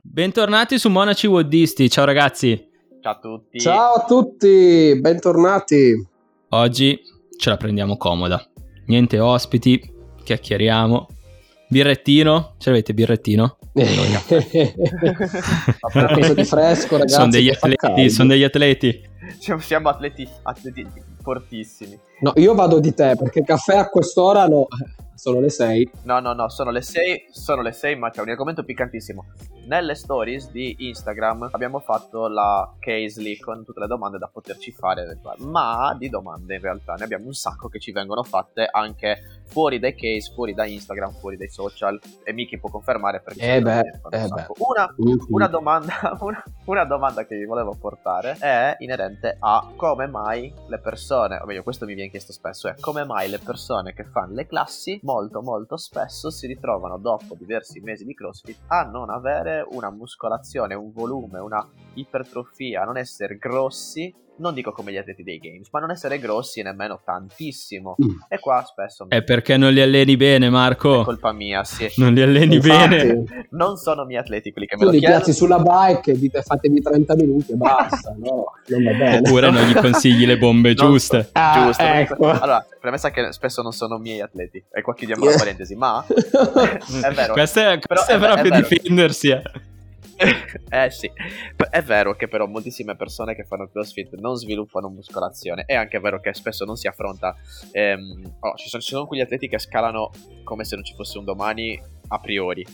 Bentornati su Monaci Woddisti, ciao ragazzi. Ciao a tutti. Ciao a tutti, bentornati. Oggi ce la prendiamo comoda. Niente ospiti, chiacchieriamo. Birrettino, ce l'avete birrettino? Qualcosa di fresco, ragazzi. sono degli che fa atleti, caldo. sono degli atleti. Cioè, siamo atleti, atleti fortissimi. No, io vado di te perché il caffè a quest'ora no, sono le 6. No, no, no, sono le 6, sono le 6, ma c'è un argomento piccantissimo. Nelle stories di Instagram abbiamo fatto la case lì con tutte le domande da poterci fare, eventuali. ma di domande in realtà ne abbiamo un sacco che ci vengono fatte anche fuori dai case, fuori da Instagram, fuori dai social e Miki può confermare perché Eh beh, ne fanno un eh sacco. Una, Una domanda, una, una domanda che vi volevo portare è inerente a come mai le persone, o meglio questo mi viene chiesto spesso, è come mai le persone che fanno le classi molto molto spesso si ritrovano dopo diversi mesi di CrossFit a non avere una muscolazione, un volume, una ipertrofia, a non essere grossi, non dico come gli atleti dei games, ma non essere grossi nemmeno tantissimo. Mm. E qua spesso È Eh, perché non li alleni bene, è Marco. colpa mia, sì. Non li alleni Ecco Infatti, bene. Non sono miei atleti quelli che me tu lo li chiedono. piazzi sulla bike e dite fatemi 30 minuti e basta, no? Non va bene. Oppure non gli consigli le bombe Non- giuste. Eh. Ah, Giusto, ecco. allora, premessa che spesso non sono miei atleti, e qua chiudiamo la Yeah. parentesi, ma è vero. Questa è, questa Però è è- è proprio vero. difendersi. eh. eh sì, P- è vero che però moltissime persone che fanno CrossFit non sviluppano muscolazione, è anche vero che spesso non si affronta, ehm, oh, ci, sono, ci sono quegli atleti che scalano come se non ci fosse un domani a priori,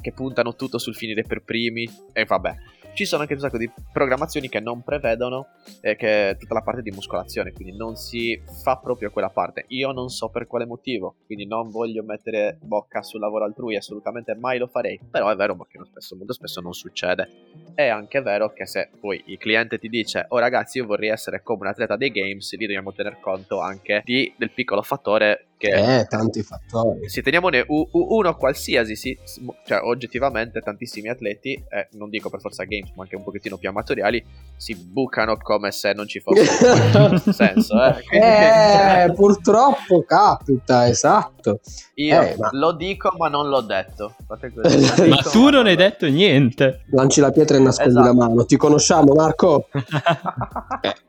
che puntano tutto sul finire per primi, e vabbè. Ci sono anche un sacco di programmazioni che non prevedono eh, che tutta la parte di muscolazione, quindi non si fa proprio quella parte. Io non so per quale motivo, quindi non voglio mettere bocca sul lavoro altrui, assolutamente mai lo farei, però è vero che non spesso, molto spesso non succede. È anche vero che se poi il cliente ti dice "Oh ragazzi, io vorrei essere come un atleta dei games", lì dobbiamo tener conto anche di- del piccolo fattore che Eh, tanti fattori. se teniamone u- u- uno qualsiasi, sì, s- mo- cioè oggettivamente tantissimi atleti, eh, non dico per forza games, ma anche un pochettino più amatoriali, si bucano come se non ci fosse un senso. Eh. Quindi, cioè, Eh, purtroppo capita, esatto. io eh, ma- lo dico ma non l'ho detto. Fate così, lo Ma dico, tu non hai l'ho detto niente. Lanci la pietra e nascondi Esatto. la mano. Ti conosciamo, Marco?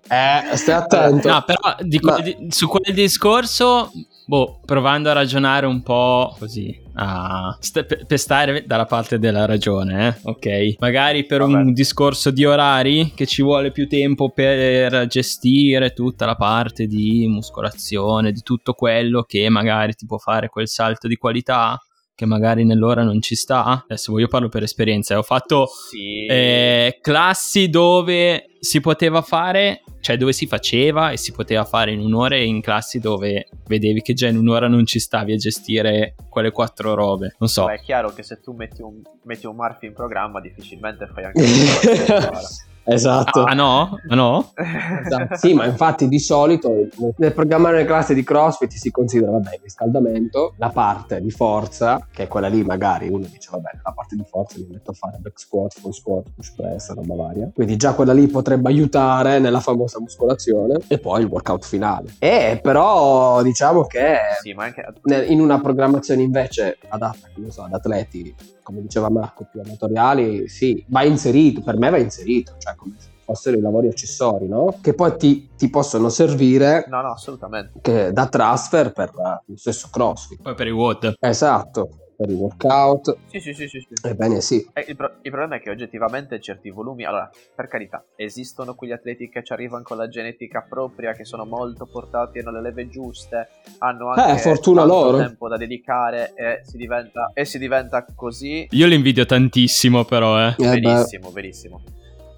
Eh, stai attento. No, però di Ma- quel- su quel discorso, boh, provando a ragionare un po' così, a st- pe- per stare dalla parte della ragione, eh, ok? Magari per Vabbè. un discorso di orari che ci vuole più tempo per gestire tutta la parte di muscolazione, di tutto quello che magari ti può fare quel salto di qualità che magari nell'ora non ci sta. Adesso io parlo per esperienza, eh, ho fatto Sì. eh, classi dove si poteva fare, cioè dove si faceva e si poteva fare in un'ora e in classi dove vedevi che già in un'ora non ci stavi a gestire quelle quattro robe. Non so. Beh, è chiaro che se tu metti un, metti un Murphy in programma difficilmente fai anche... un- esatto. Ah no? Ah no? Esatto. Sì, ma infatti di solito nel programmare le classi di CrossFit si considera vabbè, il riscaldamento, la parte di forza, che è quella lì magari uno dice vabbè, la parte di forza mi metto a fare back squat, full squat, push press, roba varia. Quindi già quella lì potrebbe aiutare nella famosa muscolazione e poi il workout finale. E però diciamo che sì, ma anche... ne- in una programmazione invece adatta che ne so, ad atleti, come diceva Marco, più amatoriali, sì, va inserito, per me va inserito, cioè come se fossero i lavori accessori, no? Che poi ti, ti possono servire No, no, assolutamente. che- da transfer per eh, lo stesso CrossFit. Poi per i WOD. Esatto, per i workout, Sì, sì, sì, sì. sì. ebbene sì. Eh, Il, pro- il problema è che oggettivamente certi volumi, allora, per carità, esistono quegli atleti che ci arrivano con la genetica propria, che sono molto portati, hanno le leve giuste, hanno anche Eh, fortuna tanto loro. tempo da dedicare e si diventa, e si diventa così Io li invidio tantissimo però, eh. Eh beh, verissimo, verissimo.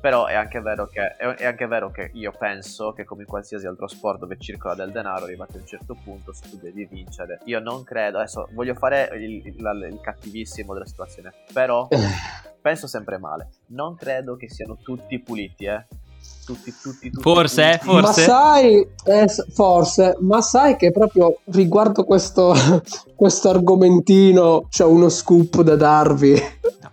Però è anche, vero che, è è anche vero che io penso che come in qualsiasi altro sport dove circola del denaro, arrivati a un certo punto, se tu devi vincere, io non credo, adesso voglio fare il, il- la- il cattivissimo della situazione, però penso sempre male. Non credo che siano tutti puliti, eh. tutti, tutti, tutti. Forse, tutti. eh, forse. Ma sai, eh, s- forse, ma sai che proprio riguardo questo, questo argomentino c'è uno scoop da darvi.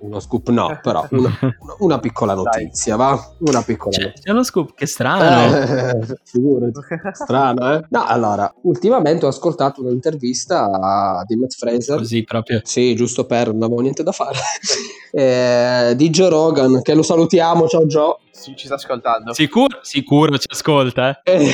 Uno scoop no, però una, una- una piccola Dai. notizia, va? Una piccola C'è, notizia. Cioè, c'è uno scoop, che strano. Eh, figurati. Strano, eh? No, allora, ultimamente ho ascoltato un'intervista a- di Matt Fraser. Così proprio. Sì, giusto per, non avevo niente da fare. Eh, di Joe Rogan, che lo salutiamo, ciao Joe. Sì, ci sta ascoltando. Sicuro, sicuro ci ascolta, eh. Eh,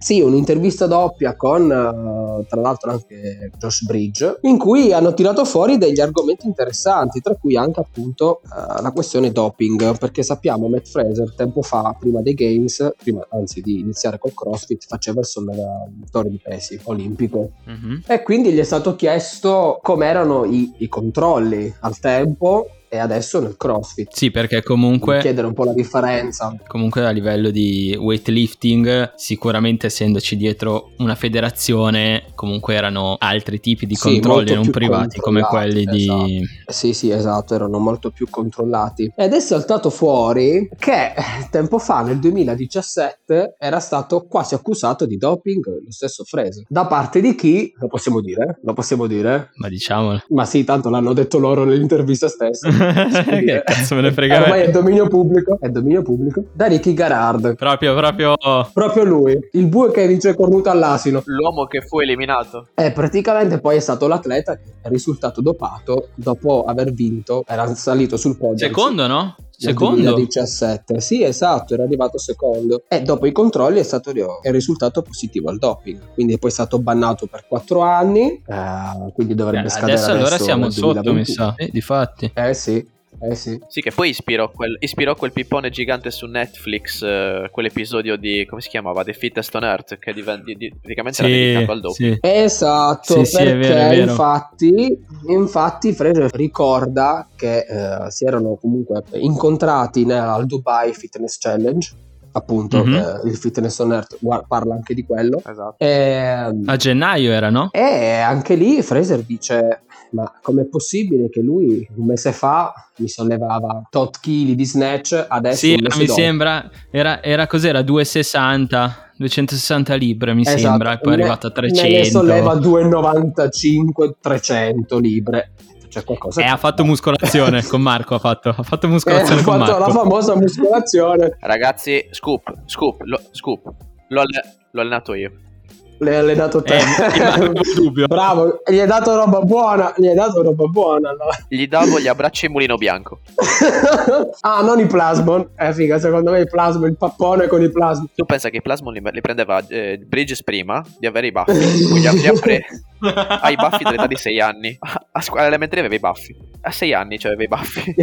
sì, un'intervista doppia con eh, tra l'altro anche Josh Bridge, in cui hanno tirato fuori degli argomenti interessanti, tra cui anche appunto eh, la questione doping, perché sappiamo Matt Fraser tempo fa, prima dei Games, prima, anzi di iniziare col CrossFit, faceva il sollevatorio di pesi olimpico Mhm. e quindi gli è stato chiesto com'erano i, i controlli al tempo e adesso nel CrossFit. Sì, perché Per comunque Chiedere un po' la differenza. comunque a livello di weightlifting, sicuramente essendoci dietro una federazione, comunque erano altri tipi di Sì, controlli molto non più privati come quelli controllati, di... Sì, sì, esatto, erano molto più controllati. Ed è saltato fuori che tempo fa, nel 2017, era stato quasi accusato di doping lo stesso Fraser. Da parte di chi? Lo possiamo dire? Lo possiamo dire? Ma diciamolo. Ma sì, tanto l'hanno detto loro nell'intervista stessa. Possiamo che dire. cazzo me ne frega a me. Ormai è dominio pubblico, è dominio pubblico. Da Ricky Garard. Proprio, proprio... Proprio lui, il bue che dice cornuto all'asino. L'uomo che fu eliminato. E praticamente poi è stato l'atleta che è risultato dopato dopo aver vinto, era salito sul podio. Secondo, no? nel Secondo? 2017. Sì, esatto, era arrivato secondo. E dopo i controlli è stato è risultato positivo al doping. Quindi è poi stato bannato per 4 anni. eh, quindi Eh, dovrebbe scadere Adesso allora siamo nel sotto, mi 2021. sa. Eh, difatti. Eh sì, eh sì. Sì, che poi ispirò quel, ispirò quel pippone gigante su Netflix, eh, quell'episodio di, come si chiamava? The Fittest on Earth, che diven- di- di- praticamente era dedicato al dopo. sì. Esatto, Sì, sì, è perché vero, è vero. infatti, infatti Fraser ricorda che eh, si erano comunque incontrati nel, al Dubai Fitness Challenge, appunto Mhm. eh, il Fitness on Earth guar- parla anche di quello. Esatto. E, A gennaio era, no? e anche lì Fraser dice, ma com'è possibile che lui un mese fa mi sollevava tot chili di snatch, Eh, adesso Sì, un era, mese mi dopo- sembra, era, era cos'era? 260, 260 libbre mi Esatto, sembra, e poi è me- arrivato a Me ne 300. solleva 2,95, 300 libre. Cioè qualcosa Eh, ha fatto muscolazione con Marco, ha fatto, ha fatto muscolazione Eh, con ho fatto la Marco. famosa muscolazione. Ragazzi, scoop, scoop, lo- scoop. L'ho, alle- l'ho allenato io. L'hai allenato te. Eh, sì, ma non ho dubbio. Bravo, gli hai dato roba buona. Gli hai dato roba buona. allora. Gli davo gli abbracci in mulino bianco. ah, non i plasmon. Eh, figa, secondo me i plasmon, il pappone con i plasmon. Tu pensa che Plasmon li, li prendeva eh, Bridges prima di avere i baffi. Poi Gli ha, gli ha pre- ha i baffi dall'età di 6 anni. A, a scuola elementare aveva i baffi. A 6 anni cioè, aveva i baffi.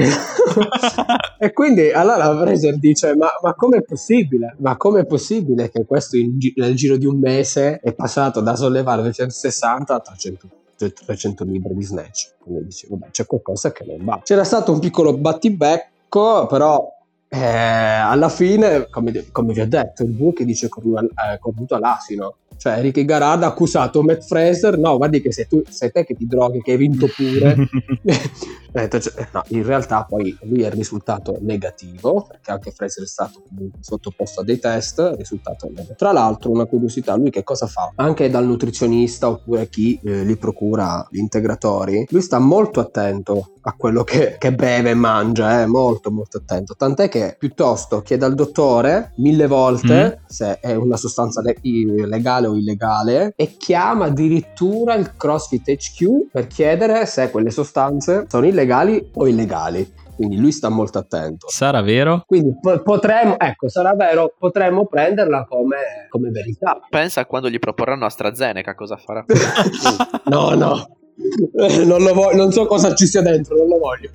e quindi allora Fraser dice: Ma, ma com'è possibile? Ma com'è possibile che questo in gi- nel giro di un mese è passato da sollevare 260 a 300? 300 libbre di snatch quindi dice vabbè c'è qualcosa che non va c'era stato un piccolo battibecco però eh, alla fine come, di- come vi ho detto il buco dice cornu- eh, cornuto all'asino cioè Ricky Garada ha accusato Matt Fraser no guardi che sei, tu, sei te che ti droghi che hai vinto pure ha detto, cioè, no, in realtà poi lui è risultato negativo perché anche Fraser è stato comunque sottoposto a dei test è risultato negativo tra l'altro una curiosità lui che cosa fa anche dal nutrizionista oppure chi eh, li procura gli integratori lui sta molto attento a quello che, che beve e mangia eh, molto molto attento tant'è che piuttosto chiede al dottore mille volte se è una sostanza le- i- legale o illegale e chiama addirittura il CrossFit HQ per chiedere se quelle sostanze sono illegali o illegali. Quindi lui sta molto attento. Sarà vero? Quindi po- potremmo, ecco, sarà vero, potremmo prenderla come, come verità. Pensa a quando gli proporranno AstraZeneca cosa farà. no, no, non, lo voglio, non so cosa ci sia dentro, non lo voglio.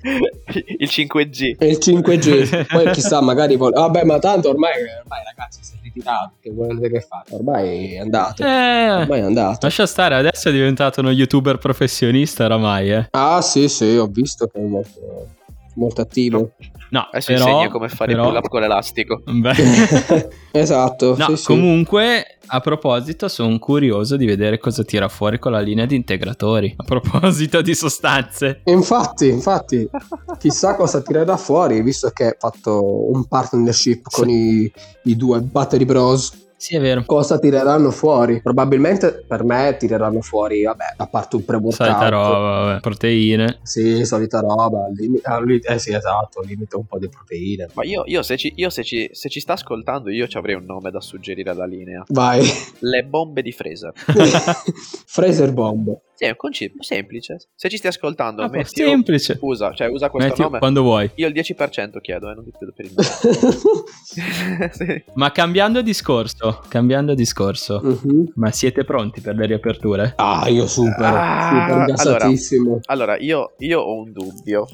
Il 5G. E il 5G, poi chissà, magari vol- Vabbè, ma tanto ormai, ormai ragazzi si è ritirato, che volete che fate? Ormai è andato, Eh, ormai è andato. lascia stare, adesso è diventato uno youtuber professionista oramai, eh. Ah, sì, sì, ho visto che è molto, molto attivo. No, Adesso però, insegni come fare però- il pull up con l'elastico. Beh. esatto. No, sì, sì. comunque, a proposito, sono curioso di vedere cosa tira fuori con la linea di integratori. A proposito di sostanze. Infatti, Infatti, chissà cosa tirerà fuori, visto che ha fatto un partnership con i, i due Battery Bros. Sì, è vero. Cosa tireranno fuori? Probabilmente per me tireranno fuori, vabbè, a parte un Solita pre-workout. roba, vabbè. proteine. Sì, solita roba. al limi- al li- eh sì, esatto, al limite un po' di proteine. Ma io, io, se, ci, io se, ci, se ci sta ascoltando, io ci avrei un nome da suggerire alla linea. Vai. Le bombe di Fraser. Fraser Bomb. Sì, è un concetto semplice. Se ci stai ascoltando, Ah, metti, semplice. usa, cioè, usa questo Metti nome. quando vuoi. Io il 10% chiedo, eh, non ti chiedo per il nome. Sì. Ma cambiando discorso, cambiando discorso. Mhm. Ma siete pronti per le riaperture? Ah, io super, Ah, super allora. gasatissimo. Allora, io, io ho un dubbio.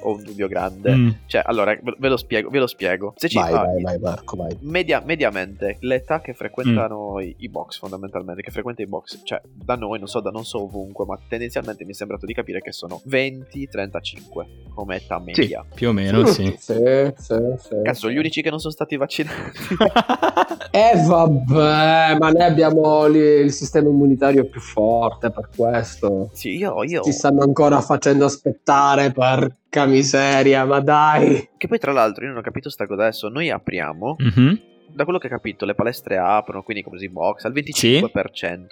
Ho un dubbio grande. Mm. Cioè, allora, ve ve lo spiego. Ve lo spiego. Se ci Vai, ah, vai, vai, Marco, vai. media- mediamente l'età che frequentano Mm. i, i box fondamentalmente che frequenta i box cioè da noi non so da non so ovunque ma tendenzialmente mi è sembrato di capire che sono 20-35 come età media Più o meno, sì. Sì, sì, sì. cazzo gli unici che non sono stati vaccinati Eh vabbè, ma noi abbiamo lì il sistema immunitario più forte per questo. sì io, io Ci stanno ancora facendo aspettare, porca miseria, ma dai. che poi tra l'altro io non ho capito sta cosa adesso noi apriamo Mhm. da quello che ho capito le palestre aprono quindi come si box al 25%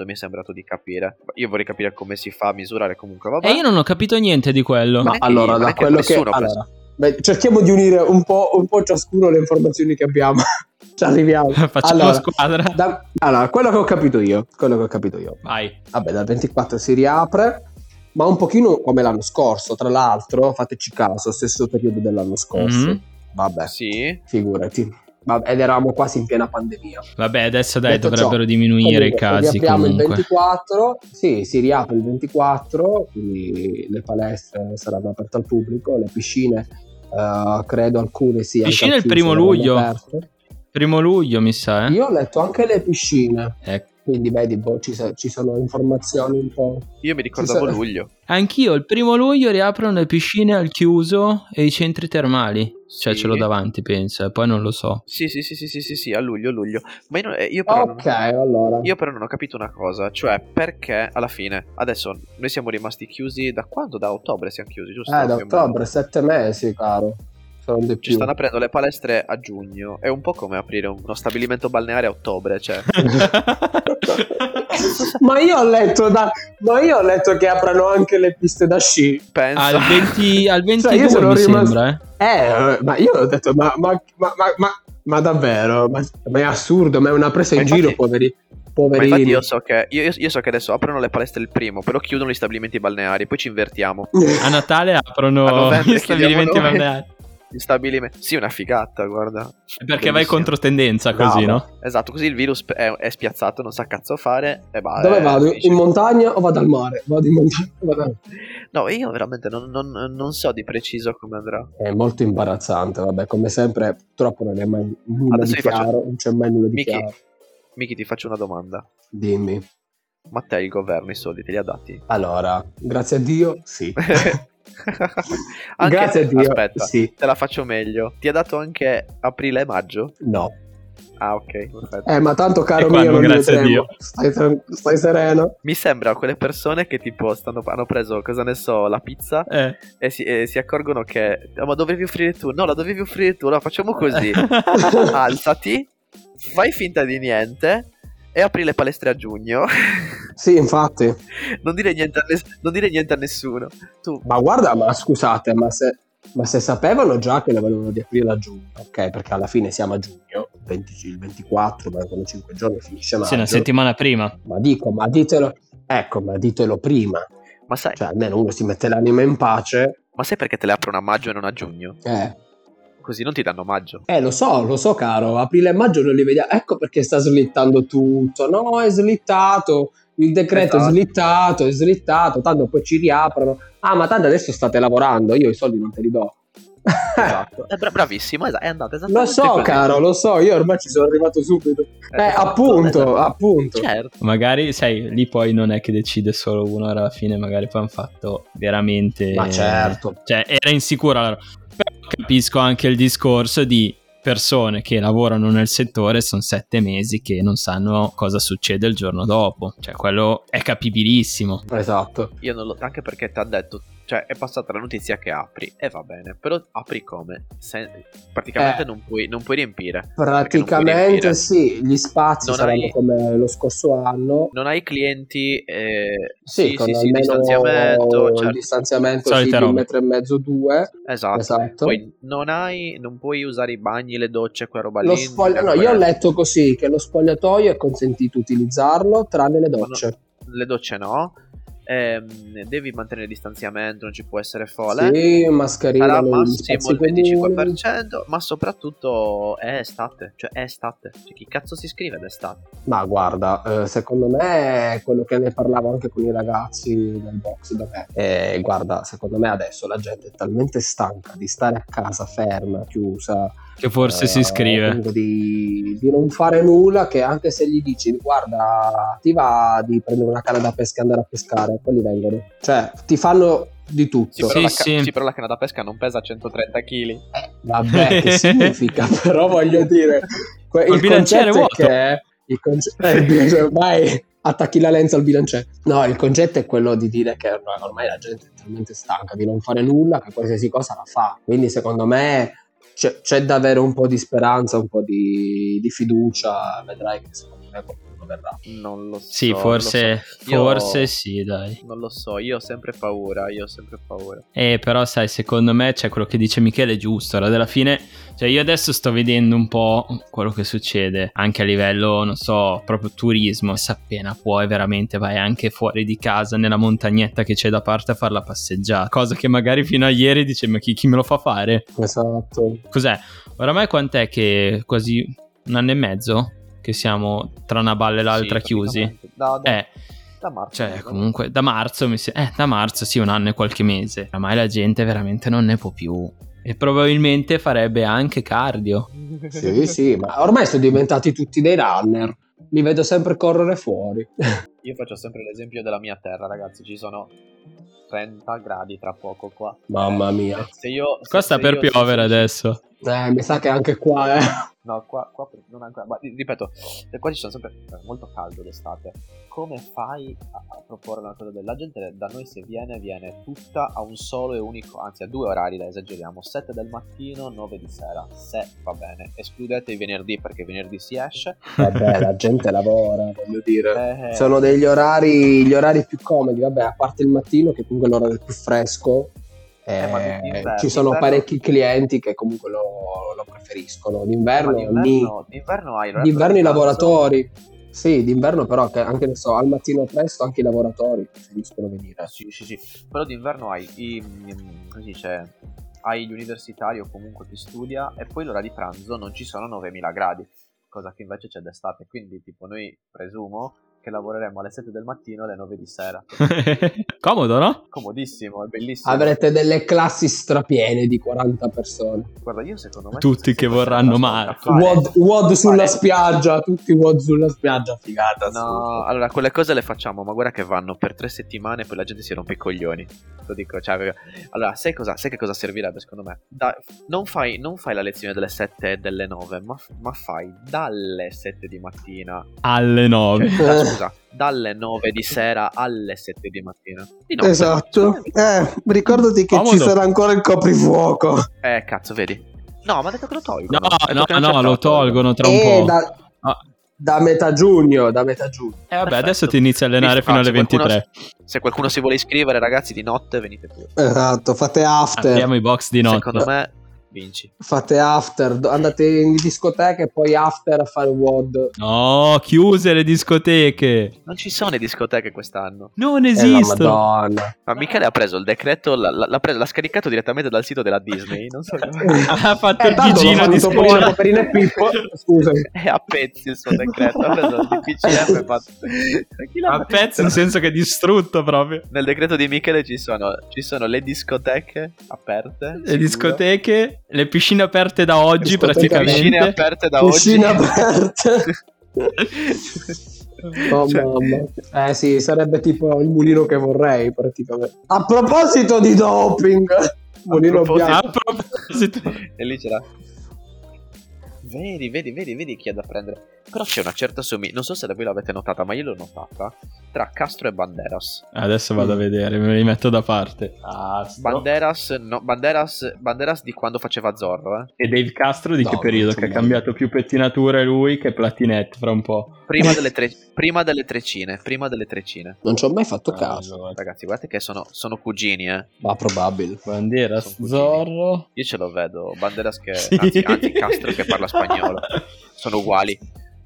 mi è sembrato di capire io vorrei capire come si fa a misurare comunque vabbè E Eh, io non ho capito niente di quello. Ma è che- allora, non è da che quello che... nessuno ha preso- allora, beh, cerchiamo di unire un po', un po' ciascuno le informazioni che abbiamo. Ci arriviamo. Facciamo Allora, squadra. Da- allora, quello che ho capito io, quello che ho capito io. Vai. Vabbè, dal 24 si riapre, ma un pochino come l'anno scorso, tra l'altro, fateci caso, stesso periodo dell'anno scorso. Mhm. Vabbè, sì figurati. Vabbè, ed eravamo quasi in piena pandemia. Vabbè, adesso dai, Detto ciò, dovrebbero diminuire i Comunque, casi riapriamo il comunque. 24, sì, si riapre il 24, quindi le palestre saranno aperte al pubblico, le piscine eh, credo alcune sì. anche Piscine al il chiuso primo erano luglio. aperte. Primo luglio, mi sa, eh. Io ho letto anche le piscine, Ecco. quindi vedi, boh, ci, so- ci sono informazioni un po'... io mi ricordavo Sì, sì. luglio Anch'io il primo luglio riaprono le piscine al chiuso e i centri termali. Cioè, Sì. ce l'ho davanti, penso, e poi non lo so. Sì, sì, sì, sì, sì, sì, sì, a luglio, a luglio. Ma io, non- eh, io però, Ok, allora. non, io però non ho capito una cosa, cioè perché alla fine, adesso noi siamo rimasti chiusi da quando? Da ottobre siamo chiusi, giusto? Eh, da Più o meno. ottobre, sette mesi, caro. Sono di Ci più. stanno aprendo le palestre a giugno, è un po' come aprire un- uno stabilimento balneare a ottobre, cioè... ma, io ho letto da- ma io ho letto che aprano anche le piste da sci. Pensa... al, 20, al 22 io sono mi rimasto- sembra, eh. Eh, ma io ho detto, ma, ma, ma, ma, ma- ma davvero? Ma, ma è assurdo, ma è una presa in Ma infatti- giro, poveri, Ma infatti poverini. io so, che, io, io so che adesso aprono le palestre il primo, però chiudono gli stabilimenti balneari, poi ci invertiamo. A Natale A aprono novembre gli stabilimenti chiudiamo noi. balneari. Gli stabilimenti... Sì, una figata, guarda. Perché vai Bellissimo. contro tendenza così, Bravo. no? Esatto, così il virus è, è spiazzato, non sa cazzo fare e va. Dove eh, vado? finisce. In montagna o vado al mare? Vado in montagna o vado al mare? No, io veramente non, non- non so di preciso come andrà. È molto imbarazzante, vabbè, come sempre, purtroppo non è mai nulla Adesso di vi faccio- chiaro, non c'è mai nulla di Miki. chiaro. Miki, ti faccio una domanda. Dimmi. Ma te il governo i soldi te li ha dati? Allora, grazie a Dio, sì. Anche- grazie a Dio, Aspetta, sì. te la faccio meglio. Ti ha dato anche aprile e maggio? No. Ah, ok, perfetto. Eh, ma tanto caro E qua mio, non non mi grazie a temo. Dio. Stai, tran- stai sereno. Mi sembra quelle persone che tipo stanno, hanno preso, cosa ne so, la pizza Eh. e si, e si accorgono che... "Ah, ma dovevi offrire tu? No, la dovevi offrire tu. No, facciamo così. Alzati, fai finta di niente e apri le palestre a giugno. Sì, infatti. non, dire niente a ness- non dire niente a nessuno. Tu Ma guarda, ma scusate, ma se, ma se sapevano già che la volevano riaprire a giugno, ok? Perché alla fine siamo a giugno, 20 il 24, mancano 5 giorni, finisce maggio. Sì, una settimana prima. Ma dico, ma ditelo, ecco, ma ditelo prima. Ma sai, Cioè, almeno uno si mette l'anima in pace. ma sai perché te le aprono a maggio e non a giugno? Eh, Così non ti danno maggio. eh, lo so, lo so, caro, aprile e maggio non li vediamo. Ecco perché sta slittando tutto. No, è slittato, il decreto Esatto. è slittato, è slittato, tanto poi ci riaprono. Ah, ma tanto adesso state lavorando, io i soldi non te li do. esatto. È bra- bravissimo, esatto, è andato Lo esattamente so, così. Eh, caro, lo so, io ormai ci sono arrivato subito. Eh, esatto, appunto, esatto. appunto. Certo. Magari, sai, lì poi non è che decide solo uno alla fine, magari poi hanno fatto veramente... Ma certo. Cioè, era insicura. la- Però capisco anche il discorso di persone che lavorano nel settore, sono sette mesi che non sanno cosa succede il giorno dopo. Cioè, quello è capibilissimo. Certo. Esatto. Io non lo... Anche perché ti ha detto... Cioè, è passata la notizia che apri, e va bene. Però apri come? Se- praticamente Eh. non, puoi, non puoi riempire. Praticamente riempire. sì, gli spazi Non saranno hai- come lo scorso anno. Non hai clienti, eh, Sì, sì, con sì, sì, almeno distanziamento, il certo. distanziamento sì, Solite di un robe. metro e mezzo, due. Esatto. Esatto. Poi non hai, non puoi usare i bagni, le docce, quella roba Lo lì. sfoglia- non no, puoi io ho fare- letto così che lo spogliatoio è consentito utilizzarlo tranne le docce. Le docce no. Ehm, devi mantenere il distanziamento, non ci può essere folla. Sì, mascherina, eh. Sarà negli massimo spazi il comuni. 25%, ma soprattutto è estate. Cioè, è estate. Cioè, chi cazzo si scrive d'estate? Ma guarda, eh, secondo me è quello che ne parlavo anche con i ragazzi del box da me. Eh, guarda, secondo me adesso la gente è talmente stanca di stare a casa ferma, chiusa, Che forse si Eh, scrive. comunque Di, di non fare nulla che anche se gli dici guarda ti va di prendere una canna da pesca e andare a pescare quelli vengono cioè ti fanno di Sì, tutto però, Sì, la, sì. sì, però la canna da pesca non pesa 130 kg. Eh, vabbè che significa però voglio dire que- Col il bilanciere concetto è vuoto. che il conce- eh, il bilanciere- ormai attacchi la lenza al bilanciere no il concetto è quello di dire che ormai, ormai la gente è talmente stanca di non fare nulla che qualsiasi cosa la fa quindi secondo me c'è, c'è da avere un po' di speranza, un po' di, di fiducia, vedrai che secondo me qualcuno verrà. Non lo so. Sì, non lo forse, so. Io- forse sì, dai. Non lo so, io ho sempre paura, io ho sempre paura. Eh, però, sai, secondo me c'è quello che dice Michele è giusto. Allora, alla fine, cioè, io adesso sto vedendo un po' quello che succede anche a livello, non so, proprio turismo. Se appena puoi, veramente vai anche fuori di casa, nella montagnetta che c'è da parte a fare la passeggiata. Cosa che magari fino a ieri dice, ma chi, chi me lo fa fare? Esatto. Cos'è? Oramai quant'è che quasi un anno e mezzo che siamo tra una balla e l'altra Sì, chiusi? praticamente. Da, da, Eh. da marzo. Cioè, no? comunque, da marzo, mi se- eh, da marzo sì, un anno e qualche mese. Ormai la gente veramente non ne può più. E probabilmente farebbe anche cardio. Sì, sì, ma ormai sono diventati tutti dei runner. Li vedo sempre correre fuori. Io faccio sempre l'esempio della mia terra, ragazzi. Ci sono 30 gradi tra poco qua. Eh, Mamma mia. Se io, se- Qua sta se per io- piovere se- se- adesso. Eh, mi sa che anche qua, eh. No, qua, qua per- non ancora. Ma ripeto, eh, qua ci sono sempre è molto caldo d'estate. Come fai a, a proporre una cosa del- La gente da noi se viene, viene tutta a un solo e unico, anzi a due orari, dai, esageriamo. 7 del mattino, 9 di sera. Se va bene. Escludete i venerdì perché venerdì si esce. Vabbè, Eh la gente lavora, voglio dire. Eh, Sono degli orari, gli orari più comodi, vabbè, a parte il mattino che comunque è l'orario più fresco. Eh, ma Eh, d'inverno- ci sono d'inverno- parecchi clienti che comunque lo, lo preferiscono. ma D'inverno, mi- d'inverno, d'inverno hai l'orario D'inverno di i pranzo. lavoratori. Sì, d'inverno però, che anche ne so, al mattino presto anche i lavoratori preferiscono venire. Sì, sì, sì. Però d'inverno hai i, mm, come si dice, hai gli universitari o comunque chi studia e poi l'ora di pranzo non ci sono 9000 gradi, cosa che invece c'è d'estate. Quindi, tipo, noi presumo che lavoreremo alle 7 del mattino e alle 9 di sera. Comodo, no? Comodissimo, è bellissimo. Avrete delle classi strapiene di 40 persone. Guarda, io secondo me... Tutti se- se che questa vorranno cosa male. da fare- WOD, WOD sulla fare- spiaggia, tutti WOD sulla spiaggia, figata. No, sì. allora quelle cose le facciamo, ma guarda che vanno per tre settimane e poi la gente si rompe i coglioni. Lo dico, cioè, proprio- allora, sai, cosa, sai che cosa servirebbe secondo me? Da- non, fai, non fai la lezione delle 7 e delle 9, ma, ma fai dalle 7 di mattina. Alle Cioè, 9. da- scusa, dalle 9 di sera alle 7 di mattina. Di notte. Esatto. Eh, ricordati che Comodo. ci sarà ancora il coprifuoco. Eh, cazzo, vedi? No, ma ha detto che lo No, tolgo. no, no, non c'è lo troppo. tolgono tra un E po'. da, Ah. da metà giugno, da metà giugno. Eh, vabbè, Perfetto. adesso ti inizi a allenare Visto- fino ah, alle se qualcuno- 23. Se qualcuno si vuole iscrivere, ragazzi, di notte venite pure. Esatto, fate after. Apriamo i box di notte. Secondo me vinci. Fate after, do- andate in discoteca e poi after a fare WOD. No, chiuse le discoteche. Non ci sono le discoteche quest'anno. Non Eh, la esistono. Madonna. Ma Michele ha preso il decreto, l'ha, l'ha- l'ha preso- l'ha scaricato direttamente dal sito della Disney. Non so come. ha fatto Eh, il tanto l'ho gigino di fatto poi scuola. la Paperina e Pippo. Scusami. È a pezzi il suo decreto. Ha preso il DPCM e fatto. Chi l'ha A pezzi, nel messo? senso che è distrutto proprio. Nel decreto di Michele ci sono, ci sono le discoteche aperte. Le discoteche, le piscine aperte da oggi Sto attento alle praticamente. Piscine aperte da Piscine oggi. aperte. Oh, Cioè, mamma. Eh sì, sarebbe tipo il mulino che vorrei praticamente. A proposito di doping, mulino proposito- A bianco. proposito, e lì ce l'ha. Vedi, vedi, vedi, vedi chi ha da prendere. Però c'è una certa somiglianza. Non so se da voi l'avete notata, ma io l'ho notata. Tra Castro e Banderas. adesso vado a vedere, me li metto da parte. Banderas, no, Banderas, Banderas di quando faceva Zorro. eh. E Dave Castro di No, che periodo? non so Che ha mai. cambiato più pettinature lui che Platinette fra un po'. Prima, delle tre, prima delle trecine. Prima delle Ah. trecine. Non ci ho mai fatto caso, Allora, Ragazzi, guardate che sono, sono cugini, eh. Ah, ma probabile. Bandiera Sono cugini. Zorro. Io ce lo vedo. Oh, Banderas che. Sì. Anzi, anzi, Castro che parla spagnolo. Sono uguali.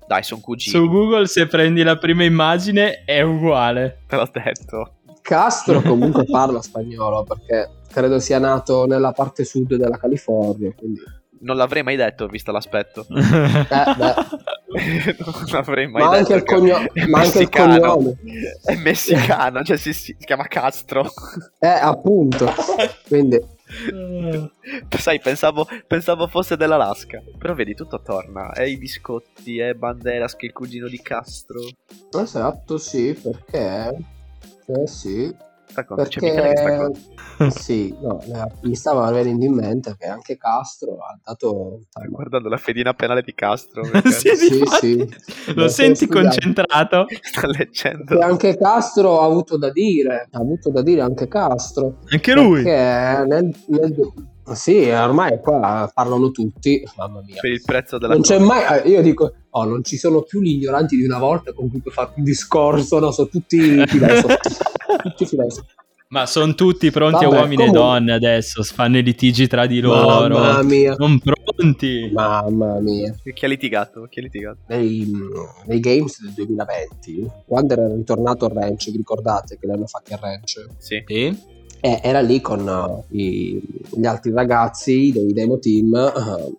Dai, sono cugini. Su Google se prendi la prima immagine è uguale. Te l'ho detto. Castro comunque parla spagnolo perché credo sia nato nella parte sud della California, quindi Non l'avrei mai detto, visto l'aspetto. Eh, non l'avrei mai Ma detto. anche il che cognome- è ma anche il messicano. cognome. È messicano, cioè si, si- si chiama Castro. eh appunto. Quindi Sai, pensavo, pensavo fosse dell'Alaska. Però vedi, tutto torna. È i biscotti, è Banderas che è il cugino di Castro. esatto, sì, perché eh sì, Sta cosa, c'è mica lei che sta perché cosa. sì, no, eh, mi stava venendo in mente che anche Castro ha dato Stai guardando la fedina penale di Castro. Sì, Sì, difatti. sì. Lo Lo senti stai studiando. concentrato? Sta leggendo. che anche Castro ha avuto da dire, ha avuto da dire anche Castro. Anche lui. Perché nel, nel- sì, ormai qua parlano tutti. Mamma mia. Per il prezzo della Non c'è cosa. mai, eh, io dico, oh, non ci sono più gli ignoranti di una volta con cui puoi fare un discorso, no, sono tutti filosofi. tutti filosofi. Ma sono tutti pronti a Vabbè, uomini comunque- e donne adesso, fanno i litigi tra di loro. Mamma mia, Non pronti. mamma mia. Chi ha litigato? Chi ha litigato? Nei, nei games del 2020, quando era ritornato il ranch, vi ricordate che l'hanno fatto il ranch? Sì. Sì. Eh, era lì con eh, i- gli altri ragazzi dei demo team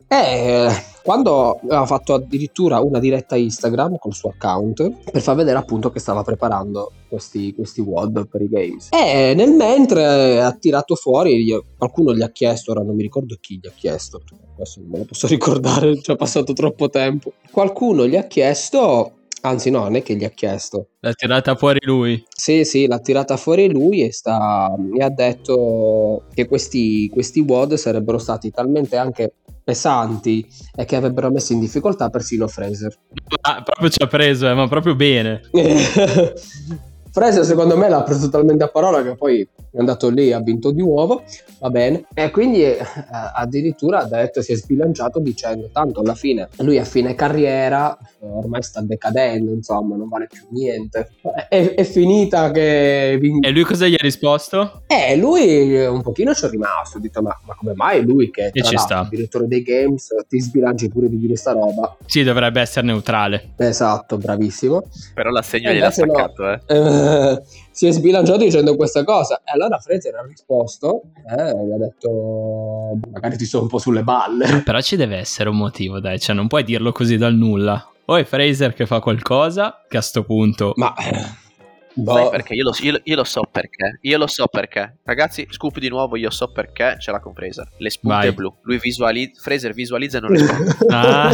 eh, e quando aveva fatto addirittura una diretta Instagram col suo account per far vedere appunto che stava preparando questi, questi WOD per i games e nel mentre ha tirato fuori gli- qualcuno gli ha chiesto ora non mi ricordo chi gli ha chiesto perché adesso non me lo posso ricordare ci è passato troppo tempo qualcuno gli ha chiesto anzi no non è che gli ha chiesto L'ha tirata fuori lui. sì, sì, l'ha tirata fuori lui e, sta, e ha detto che questi, questi WOD sarebbero stati talmente anche pesanti e che avrebbero messo in difficoltà persino Fraser. Ah, proprio ci ha preso, eh, ma proprio bene. Fraser secondo me l'ha preso talmente a parola che poi è andato lì e ha vinto di nuovo, va bene. E quindi eh, addirittura ha detto, si è sbilanciato dicendo tanto alla fine lui a fine carriera eh, ormai sta decadendo, insomma non vale più niente. È, è finita che vince. E lui cosa gli ha risposto? Eh, lui eh, un pochino ci è rimasto, ho detto ma, ma come mai lui che ci è sta. direttore dei games ti sbilanci pure di dire sta roba? Sì, dovrebbe essere neutrale. Esatto, bravissimo. Però l'assegno Eh, gliel'ha invece no. staccato, eh. Eh, si è sbilanciato dicendo questa cosa e allora Fraser ha risposto eh, e gli ha detto "Boh, magari ti sono un po' sulle balle. Però ci deve essere un motivo, dai, cioè non puoi dirlo così dal nulla. O è Fraser che fa qualcosa, che a sto punto... Ma... eh, Sai boh, perché? Io lo, io lo- io lo so perché. Io lo so perché. Ragazzi, scoop di nuovo, io so perché ce l'ha con Fraser. Le spunte Vai. blu. Lui visualizza, Fraser visualizza e non risponde. Ah.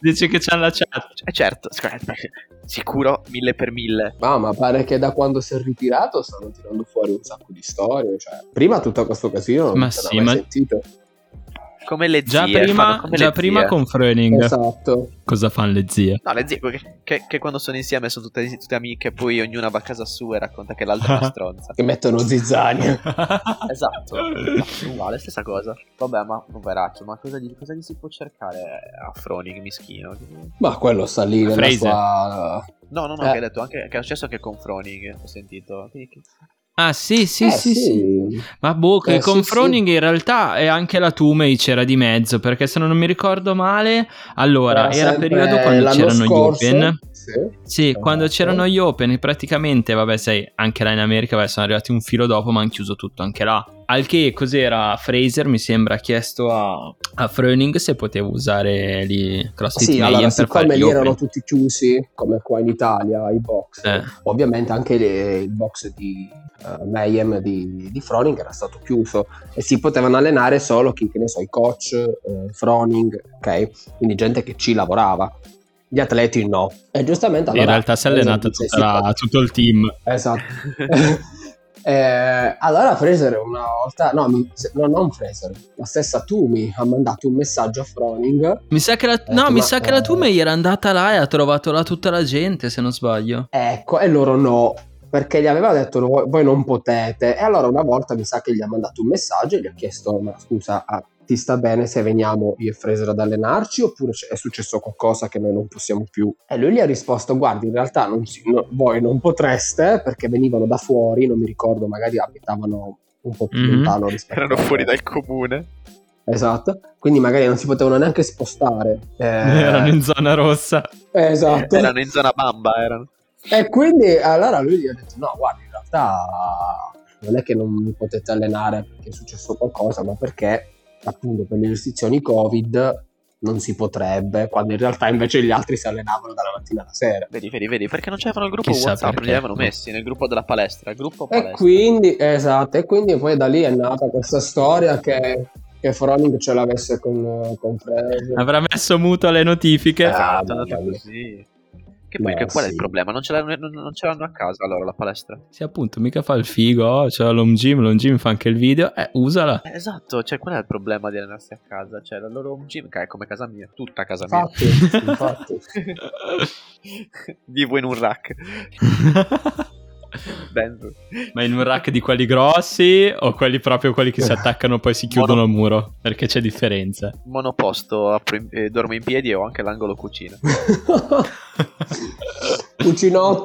Dice che c'ha la chat. Eh certo, sc- sicuro, mille per mille. Ah, ma pare che da quando si è ritirato stanno tirando fuori un sacco di storie. Cioè, prima tutto questo casino non Ma si era sì, mai ma- sentito. Come le Già zie. prima, fanno come già le prima zie. con Fröning. Esatto. Cosa fanno le zie? No, le zie che, che- che quando sono insieme sono tutte, tutte amiche, poi ognuna va a casa sua e racconta che l'altra è una stronza. Che mettono zizzania. Esatto, uguale, stessa cosa. Vabbè, ma poveraccio, ma cosa gli, cosa gli si può cercare a Froning, mischino? Ma quello sta lì nella Fraser. sua... No, no, no, Eh. che hai detto anche che è successo anche con Froning, ho sentito. Quindi che- Ah sì sì, Eh, sì sì Ma boh, che Eh, il con sì, sì. Froning in realtà e anche la Tumei c'era di mezzo perché se non mi ricordo male allora era, sempre periodo quando l'anno c'erano scorso. gli Open Sì. Sì, Esatto. quando c'erano gli Open praticamente vabbè sai anche là in America vabbè, sono arrivati un filo dopo ma hanno chiuso tutto anche là Al che cos'era Fraser, mi sembra, ha chiesto a, a Fröning se poteva usare lì CrossFit Sì, Mayhem allora, per fare siccome gli lì open. erano tutti chiusi, come qua in Italia, i box, Eh, ovviamente anche le- il box di eh, Mayhem di, di Froning era stato chiuso e si potevano allenare solo chi, che ne so, i coach, eh, Froning, ok? Quindi gente che ci lavorava. Gli atleti no. E giustamente in allora... realtà si è allenata dice, tutta sì, la- tutto il team. Esatto. Eh, allora Fraser una volta, no, mi- se- no, non Fraser, la stessa Tumi ha mandato un messaggio a Froning Mi sa che la, Eh, no, mi ma- sa che la Tumei era andata là e ha trovato là tutta la gente, se non sbaglio. Ecco, e loro no, perché gli aveva detto "No, voi non potete. E allora una volta mi sa che gli ha mandato un messaggio e gli ha chiesto, ma scusa, ah, ti sta bene se veniamo io e Fraser ad allenarci oppure c- è successo qualcosa che noi non possiamo più? E lui gli ha risposto, guardi, in realtà non si- no, voi non potreste perché venivano da fuori, non mi ricordo, magari abitavano un po' più Mhm. lontano rispetto Erano fuori dal comune. Esatto, quindi magari non si potevano neanche spostare. Eh, Erano in zona rossa. Esatto. Erano in zona bamba, erano. E quindi allora lui gli ha detto: No, guarda, in realtà non è che non mi potete allenare perché è successo qualcosa, ma perché appunto per le restrizioni Covid non si potrebbe, quando in realtà invece gli altri si allenavano dalla mattina alla sera. Vedi, vedi, vedi, perché non c'erano il gruppo Chissà WhatsApp, perché. li avevano messi nel gruppo della palestra, il gruppo E palestra. quindi, esatto, e quindi poi da lì è nata questa storia che, che Froning ce l'avesse con, con Fraser. Avrà messo muto le notifiche. Esatto, è Ah, andato mamma mia. così. Che poi Ma che qual è Eh, sì. il problema? Non ce, l'hanno, non- non ce l'hanno a casa allora la palestra. Sì, appunto, mica fa il figo. Oh, c'è l'home gym, l'home gym fa anche il video. Eh, usala. Eh, Esatto, cioè qual è il problema di allenarsi a casa? Cioè la loro home gym che è come casa mia, tutta casa mia. Infatti, infatti. Vivo in un rack. Dentro. Ma in un rack di quelli grossi o quelli proprio quelli che si attaccano poi si chiudono al muro? Perché c'è differenza. Monoposto, apro in- eh, dormo in piedi e ho anche l'angolo cucina. Cucinotto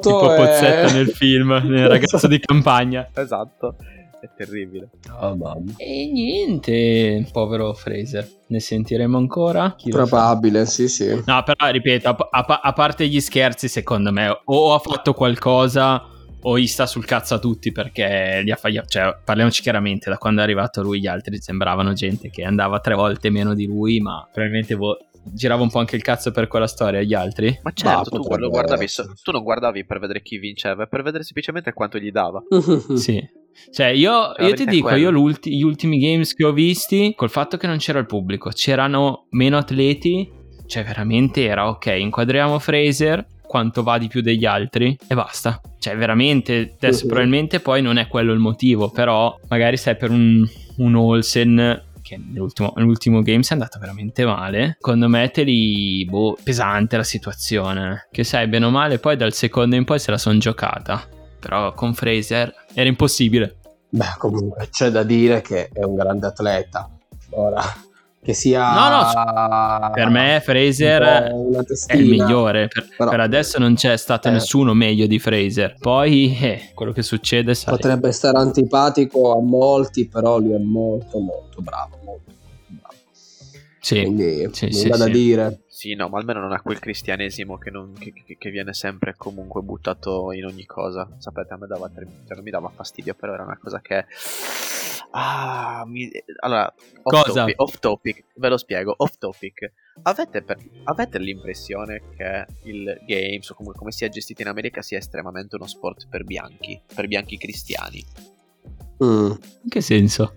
Tipo e- Pozzetto nel film, nel ragazzo di campagna. Esatto, è terribile. Oh, mamma. E niente, povero Fraser. Ne sentiremo ancora? Chi lo sa? Probabile, sì, sì. No, però ripeto, a, a pa- a parte gli scherzi, secondo me, o ha fatto qualcosa o gli sta sul cazzo a tutti perché li ha fagli- Cioè, parliamoci chiaramente, da quando è arrivato lui gli altri sembravano gente che andava tre volte meno di lui, ma probabilmente boh, girava un po' anche il cazzo per quella storia agli altri. Ma certo, tu, potrebbe lo guardavi essere. so- tu non guardavi per vedere chi vinceva, è per vedere semplicemente quanto gli dava. Sì. Cioè, io, La io ti verità è dico, quella. io l'ulti- gli ultimi games che ho visti, col fatto che non c'era il pubblico, c'erano meno atleti, cioè veramente era ok, inquadriamo Fraser, quanto va di più degli altri e basta. Cioè veramente, adesso Mhm. probabilmente poi non è quello il motivo, però magari sai per un, un Olsen che nell'ultimo, nell'ultimo game si è andato veramente male, secondo me te li, boh, pesante la situazione, che sai bene o male poi dal secondo in poi se la son giocata. Però con Fraser era impossibile. Beh, comunque c'è da dire che è un grande atleta. Ora, che sia No, Per me Ah, un Fraser po' una è il testina, migliore. Per, però- per adesso non c'è stato Eh. nessuno meglio di Fraser. Poi eh, quello che succede sai. potrebbe stare antipatico a molti, però lui è molto, molto bravo. Molto, molto bravo. Sì. Quindi, sì, nulla sì, da sì. dire. Sì, no, ma almeno non ha quel cristianesimo che, non- che- che- che viene sempre e comunque buttato in ogni cosa. Sapete, a me dava, tre- cioè, non mi dava fastidio, però era una cosa che... Ah, mi- allora, off Cosa? topic, off topic, ve lo spiego, off topic. Avete, per- avete l'impressione che il games, o comunque come sia gestito in America, sia estremamente uno sport per bianchi, per bianchi cristiani? Mm. In che senso?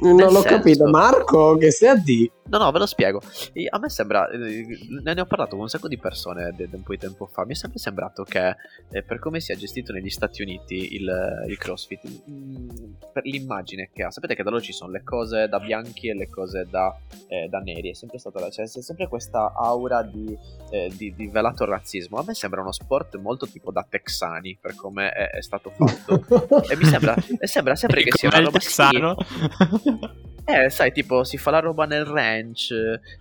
Non Nel l'ho senso- capito, Marco. Che stai a di? No, no, ve lo spiego. E A me sembra, eh, ne ne ho parlato con un sacco di persone de- de- un po' di tempo fa, mi è sempre sembrato che eh, per come sia gestito negli Stati Uniti il, il CrossFit, mm, per l'immagine che ha, sapete che da loro ci sono le cose da bianchi e le cose da, eh, da neri, è sempre stata la- cioè, c'è sempre questa aura di, eh, di- di velato razzismo. A me sembra uno sport molto tipo da texani per come è, è stato fatto. E mi sembra, e sembra sempre che Ecco, sia è una il roba texano. eh, sai, tipo, si fa la roba nel ranch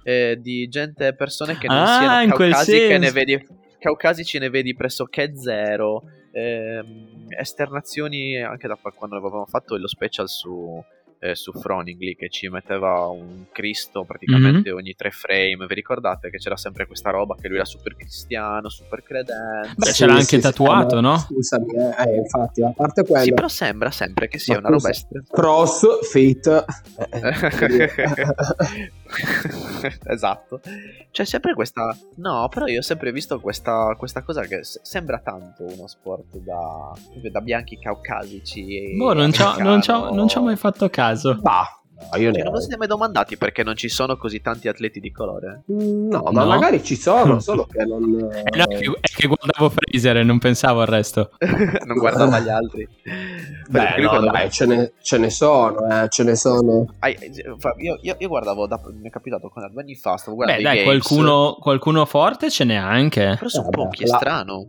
eh, di gente, persone che non Ah, in siano quel caucasiche, senso. ne vedi, caucasici ne vedi pressoché zero. ehm, esternazioni anche da quando avevamo fatto lo special su eh, su Froningly che ci metteva un Cristo praticamente Mm-hmm. ogni tre frame. Vi ricordate che c'era sempre questa roba che lui era super cristiano, super credente? Beh, c'era anche tatuato, eh, no? Scusami, eh, eh, infatti, a parte quello, Sì, però sembra sempre che sia Ma una roba scusa, estrema. cross, fit, eh, esatto. C'è sempre questa. No, però io ho sempre visto questa, questa cosa che s- sembra tanto uno sport da, proprio da bianchi caucasici. e Boh, eh, non ci ho- non ci ho- americano. non ci ho mai fatto caso. bah, no, io Cioè, non ne vi siete mai domandati perché non ci sono così tanti atleti di colore? Mm, No, ma No? magari ci sono, solo che non... Eh, no, è che- è che guardavo Freezer e non pensavo al resto. Eh, non guardava gli altri. Beh, Perché lui no, quando- dai, ce ne, ce ne sono, eh, ce ne sono. Ai- fa- io, io- io guardavo, da- mi è capitato quando due anni fa, stavo Beh, guardando i dai, games, qualcuno, qualcuno forte ce n'è anche. Però sono Vabbè, pochi, è la- strano.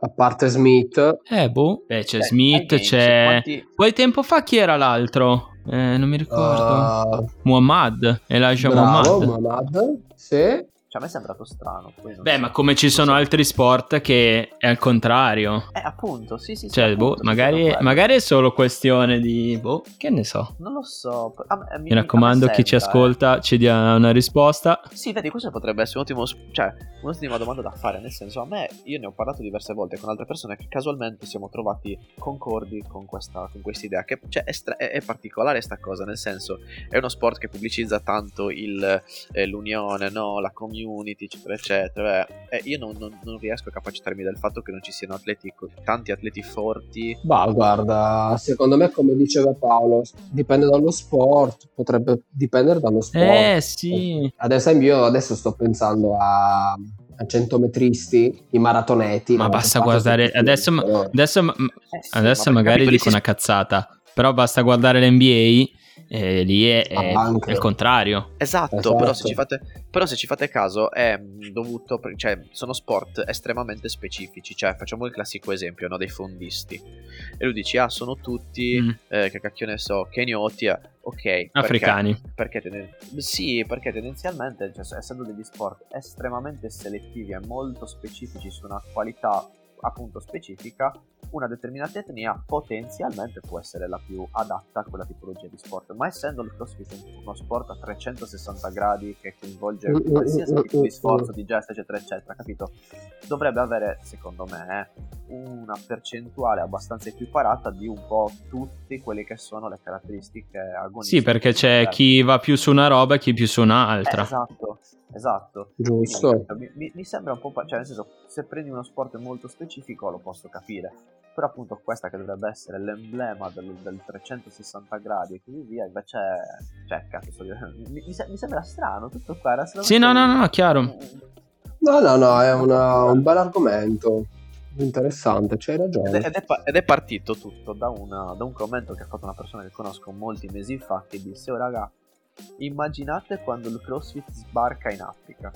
A parte Smith, Eh, boh. Beh, c'è Beh, ai Smith, games, c'è... quanti- Poi tempo fa chi era l'altro? Eh, non mi ricordo. uh, Muhammad, Elijah bravo, Muhammad. Mamad, sì. Cioè, a me è sembrato strano. poi non Beh, so. ma come ci sono altri sport che è al contrario. Eh, appunto, sì, sì. sì, Cioè, appunto, boh, sì, magari, sono quello. magari è solo questione di... Boh, che ne so. Non lo so. a me- a me- Mi raccomando, a me chi ci sembra, ascolta ci dia una risposta. eh. Sì, vedi, questo potrebbe essere un ottimo. sp- Cioè, un'ottima domanda da fare. Nel senso, a me, io ne ho parlato diverse volte con altre persone che casualmente siamo trovati concordi con questa con idea. Che cioè, è, stra- è- è particolare sta cosa. Nel senso, è uno sport che pubblicizza tanto il, eh, l'unione, no? La community, eccetera, eccetera. Eh, io non, non- non riesco a capacitarmi del fatto che non ci siano atleti, co- tanti atleti forti. Bah, guarda, secondo me, come diceva Paolo, dipende dallo sport, potrebbe dipendere dallo sport. Eh, sì. Ad esempio, io adesso sto pensando a, a centometristi, i maratoneti. Ma no, basta che fanno guardare- tutti i adesso- film, no? Adesso... ma- Eh sì, Adesso ma perché magari capito, lì dico si- una cazzata, però basta guardare l'NBA e lì è, è- Ah, anche. è il contrario. Esatto, Esatto. Però, se ci fate, però se ci fate caso è mh, dovuto, per- cioè sono sport estremamente specifici, cioè facciamo il classico esempio no, dei fondisti e lui dici ah sono tutti, Mm, eh, che cacchio ne so, kenioti, eh, ok, perché- Africani. Perché, tenden- sì, perché tendenzialmente cioè, essendo degli sport estremamente selettivi e molto specifici su una qualità appunto specifica, una determinata etnia potenzialmente può essere la più adatta a quella tipologia di sport, ma essendo il crossfit un- uno sport a 360 gradi che coinvolge Mm, mm, qualsiasi mm, tipo di mm, sforzo, mm. di gesto, eccetera, eccetera, capito? Dovrebbe avere, secondo me, una percentuale abbastanza equiparata di un po' tutte quelle che sono le caratteristiche agonistiche. Sì, perché c'è Eh, chi va più su una roba e chi più su eh, un'altra. esatto, esatto. Giusto. Mi, mi- mi sembra un po'. pa- Cioè, nel senso, se prendi uno sport molto specifico lo posso capire. Però appunto questa che dovrebbe essere l'emblema del, del 360 gradi e così via, invece. Cioè, cazzo, sto dicendo- mi, mi se- mi sembra strano tutto qua. Era Sì, no, no, no, chiaro. No, no, no, è una- un bel argomento. Interessante, c'hai Ed ragione. è, ed è pa- ed è partito tutto da, una- da un commento che ha fatto una persona che conosco molti mesi fa che disse: Oh raga, immaginate quando il CrossFit sbarca in Africa.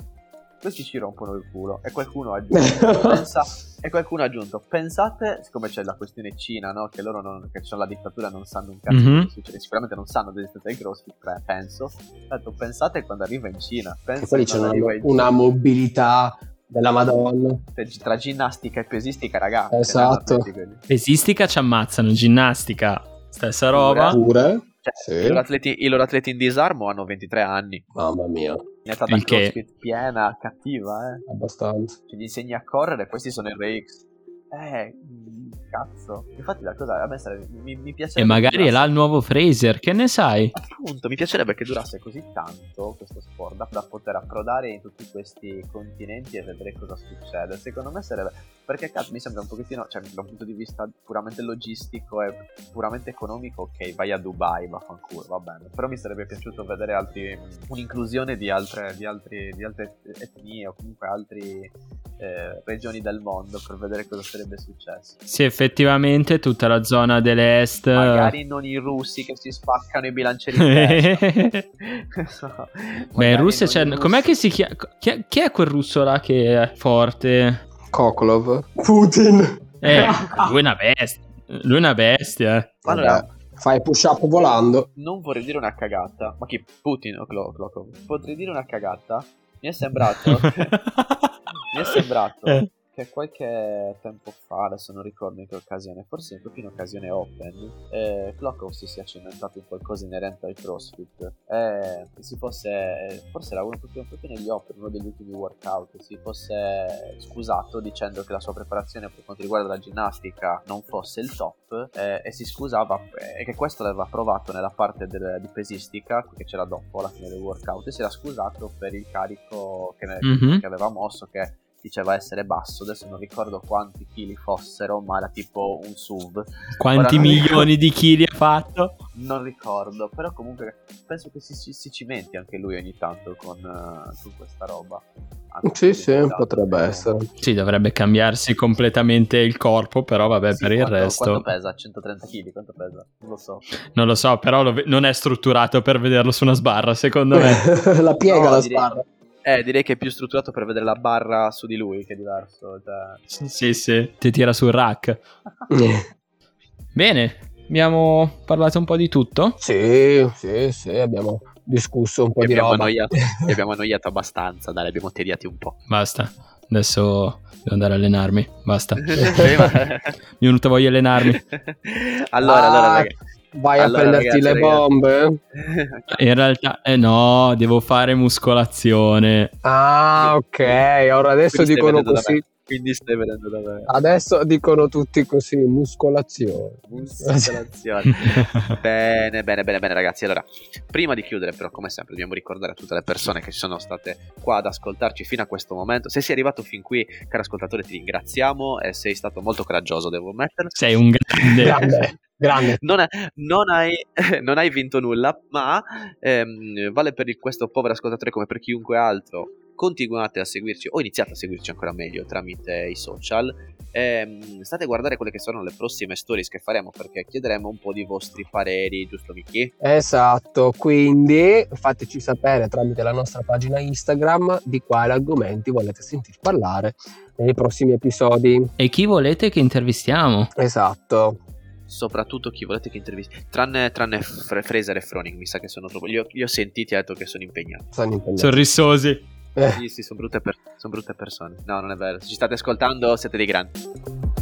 Questi ci rompono il culo. E qualcuno ha aggiunto: pensa- E qualcuno ha aggiunto: Pensate, siccome c'è la questione Cina, no? Che loro non, che c'è la dittatura, non sanno un cazzo Mhm. di cosa succede. Sicuramente non sanno dell'esistenza del CrossFit, pre- penso. Ha detto, pensate quando arriva in Cina. Che Pensate poi c'è quando una, arriva in una mobilità della Madonna. Cina. Tra ginnastica e pesistica, raga. Esatto. cioè, no, no, Pesistica ci ammazzano, ginnastica, stessa roba. Pure. Cioè, Sì. i, loro atleti, i loro atleti in disarmo hanno 23 anni. Mamma mia, In età da Il che- crossfit piena, cattiva, eh. abbastanza. Cioè, gli insegni a correre, questi sono RX. Eh, mm, cazzo. Infatti la cosa a me sarebbe, mi, mi piacerebbe... E che magari è là durasse- il nuovo Fraser, che ne sai? Appunto, mi piacerebbe che durasse così tanto questo sport da, da poter approdare in tutti questi continenti e vedere cosa succede. Secondo me sarebbe... Perché cazzo, mi sembra un pochettino, cioè da un punto di vista puramente logistico e puramente economico, ok, vai a Dubai, vaffanculo, va bene. Però mi sarebbe piaciuto vedere altri, un'inclusione di altre, di altri- di altre etnie o comunque altre regioni del mondo per vedere cosa sarebbe successo. Sì, effettivamente tutta la zona dell'est... Eh. Magari non i russi che si spaccano i bilancieri in testa. Beh, Magari in Russia non c'è... i russi. Com'è che si chiama... Chi è, chi è quel russo là che è forte? Koklov. Putin. Eh, lui è una bestia. Lui è una bestia. eh. Allora, Fai push up volando. non vorrei dire una cagata, ma chi Putin o Klo- Klokov? Potrei dire una cagata. Mi è sembrato. mi è sembrato Eh. che qualche tempo fa, adesso non ricordo in che occasione, forse proprio in occasione open, eh, Clockhouse si sia inventato in qualcosa inerente al CrossFit. Eh, che si fosse, eh, forse era uno proprio, proprio negli open, uno degli ultimi workout, si fosse scusato dicendo che la sua preparazione per quanto riguarda la ginnastica non fosse il top eh, e si scusava eh, e che questo l'aveva provato nella parte del- di pesistica che c'era dopo alla fine del workout e si era scusato per il carico che, ne- Mhm. che aveva mosso che diceva essere basso, adesso non ricordo quanti chili fossero, ma era tipo un SUV, Quanti Ora non milioni di chili ha fatto? non ricordo, però comunque penso che si, si- si cimenti anche lui ogni tanto con, eh, con questa roba. Anche se Sì, sì, esatto, potrebbe però- essere. Sì, dovrebbe cambiarsi completamente il corpo, però vabbè, Sì, per il quanto- resto Quanto pesa? 130 kg? Quanto pesa? Non lo so. non lo so, però lo ve- non è strutturato per vederlo su una sbarra, secondo me. la piega No, direi- la sbarra. Eh, direi che è più strutturato per vedere la barra su di lui, che è diverso. cioè- sì, sì, ti tira sul rack. Bene, abbiamo parlato un po' di tutto. Sì, sì, sì, abbiamo discusso un po' Ti di abbiamo roba. annoiato. Ti abbiamo annoiato abbastanza, dai, li abbiamo tediati un po'. Basta, adesso devo andare a allenarmi, basta. Mi Sì, ma- è venuta voglia di allenarmi. allora, allora, Ah, ragazzi. Vai Allora, a prenderti ragazzi, le ragazzi. bombe? In realtà, eh no, devo fare muscolazione. Ah, ok. Ora adesso Quindi stai dicono venendo da così. Ah, me. Quindi stai vedendo da me. Adesso dicono tutti così, muscolazione. Muscolazione. bene, bene, bene, bene, ragazzi. Allora, prima di chiudere, però, come sempre, dobbiamo ricordare a tutte le persone che sono state qua ad ascoltarci fino a questo momento. Se sei arrivato fin qui, caro ascoltatore, ti ringraziamo. E sei stato molto coraggioso, devo ammetterlo. Sei un grande. Grande, grande. Non, è- non hai, non hai vinto nulla, ma ehm, vale per il- questo povero ascoltatore come per chiunque altro. Continuate a seguirci o iniziate a seguirci ancora meglio tramite i social. Ehm, state a guardare quelle che saranno le prossime stories che faremo perché chiederemo un po' di vostri pareri, giusto Miki? Esatto, quindi fateci sapere tramite la nostra pagina Instagram di quali argomenti volete sentir parlare nei prossimi episodi. E chi volete che intervistiamo? Esatto. Soprattutto chi volete che intervisti, tranne, tranne Fre- Fraser e Froning, mi sa che sono troppo. Li ho, li ho sentiti e ho detto che sono impegnati. Sono impegnato. Sorrisosi. Eh. Sì, sì, sono brutte, per- sono brutte persone. No, non è vero. Se ci state ascoltando, siete dei grandi.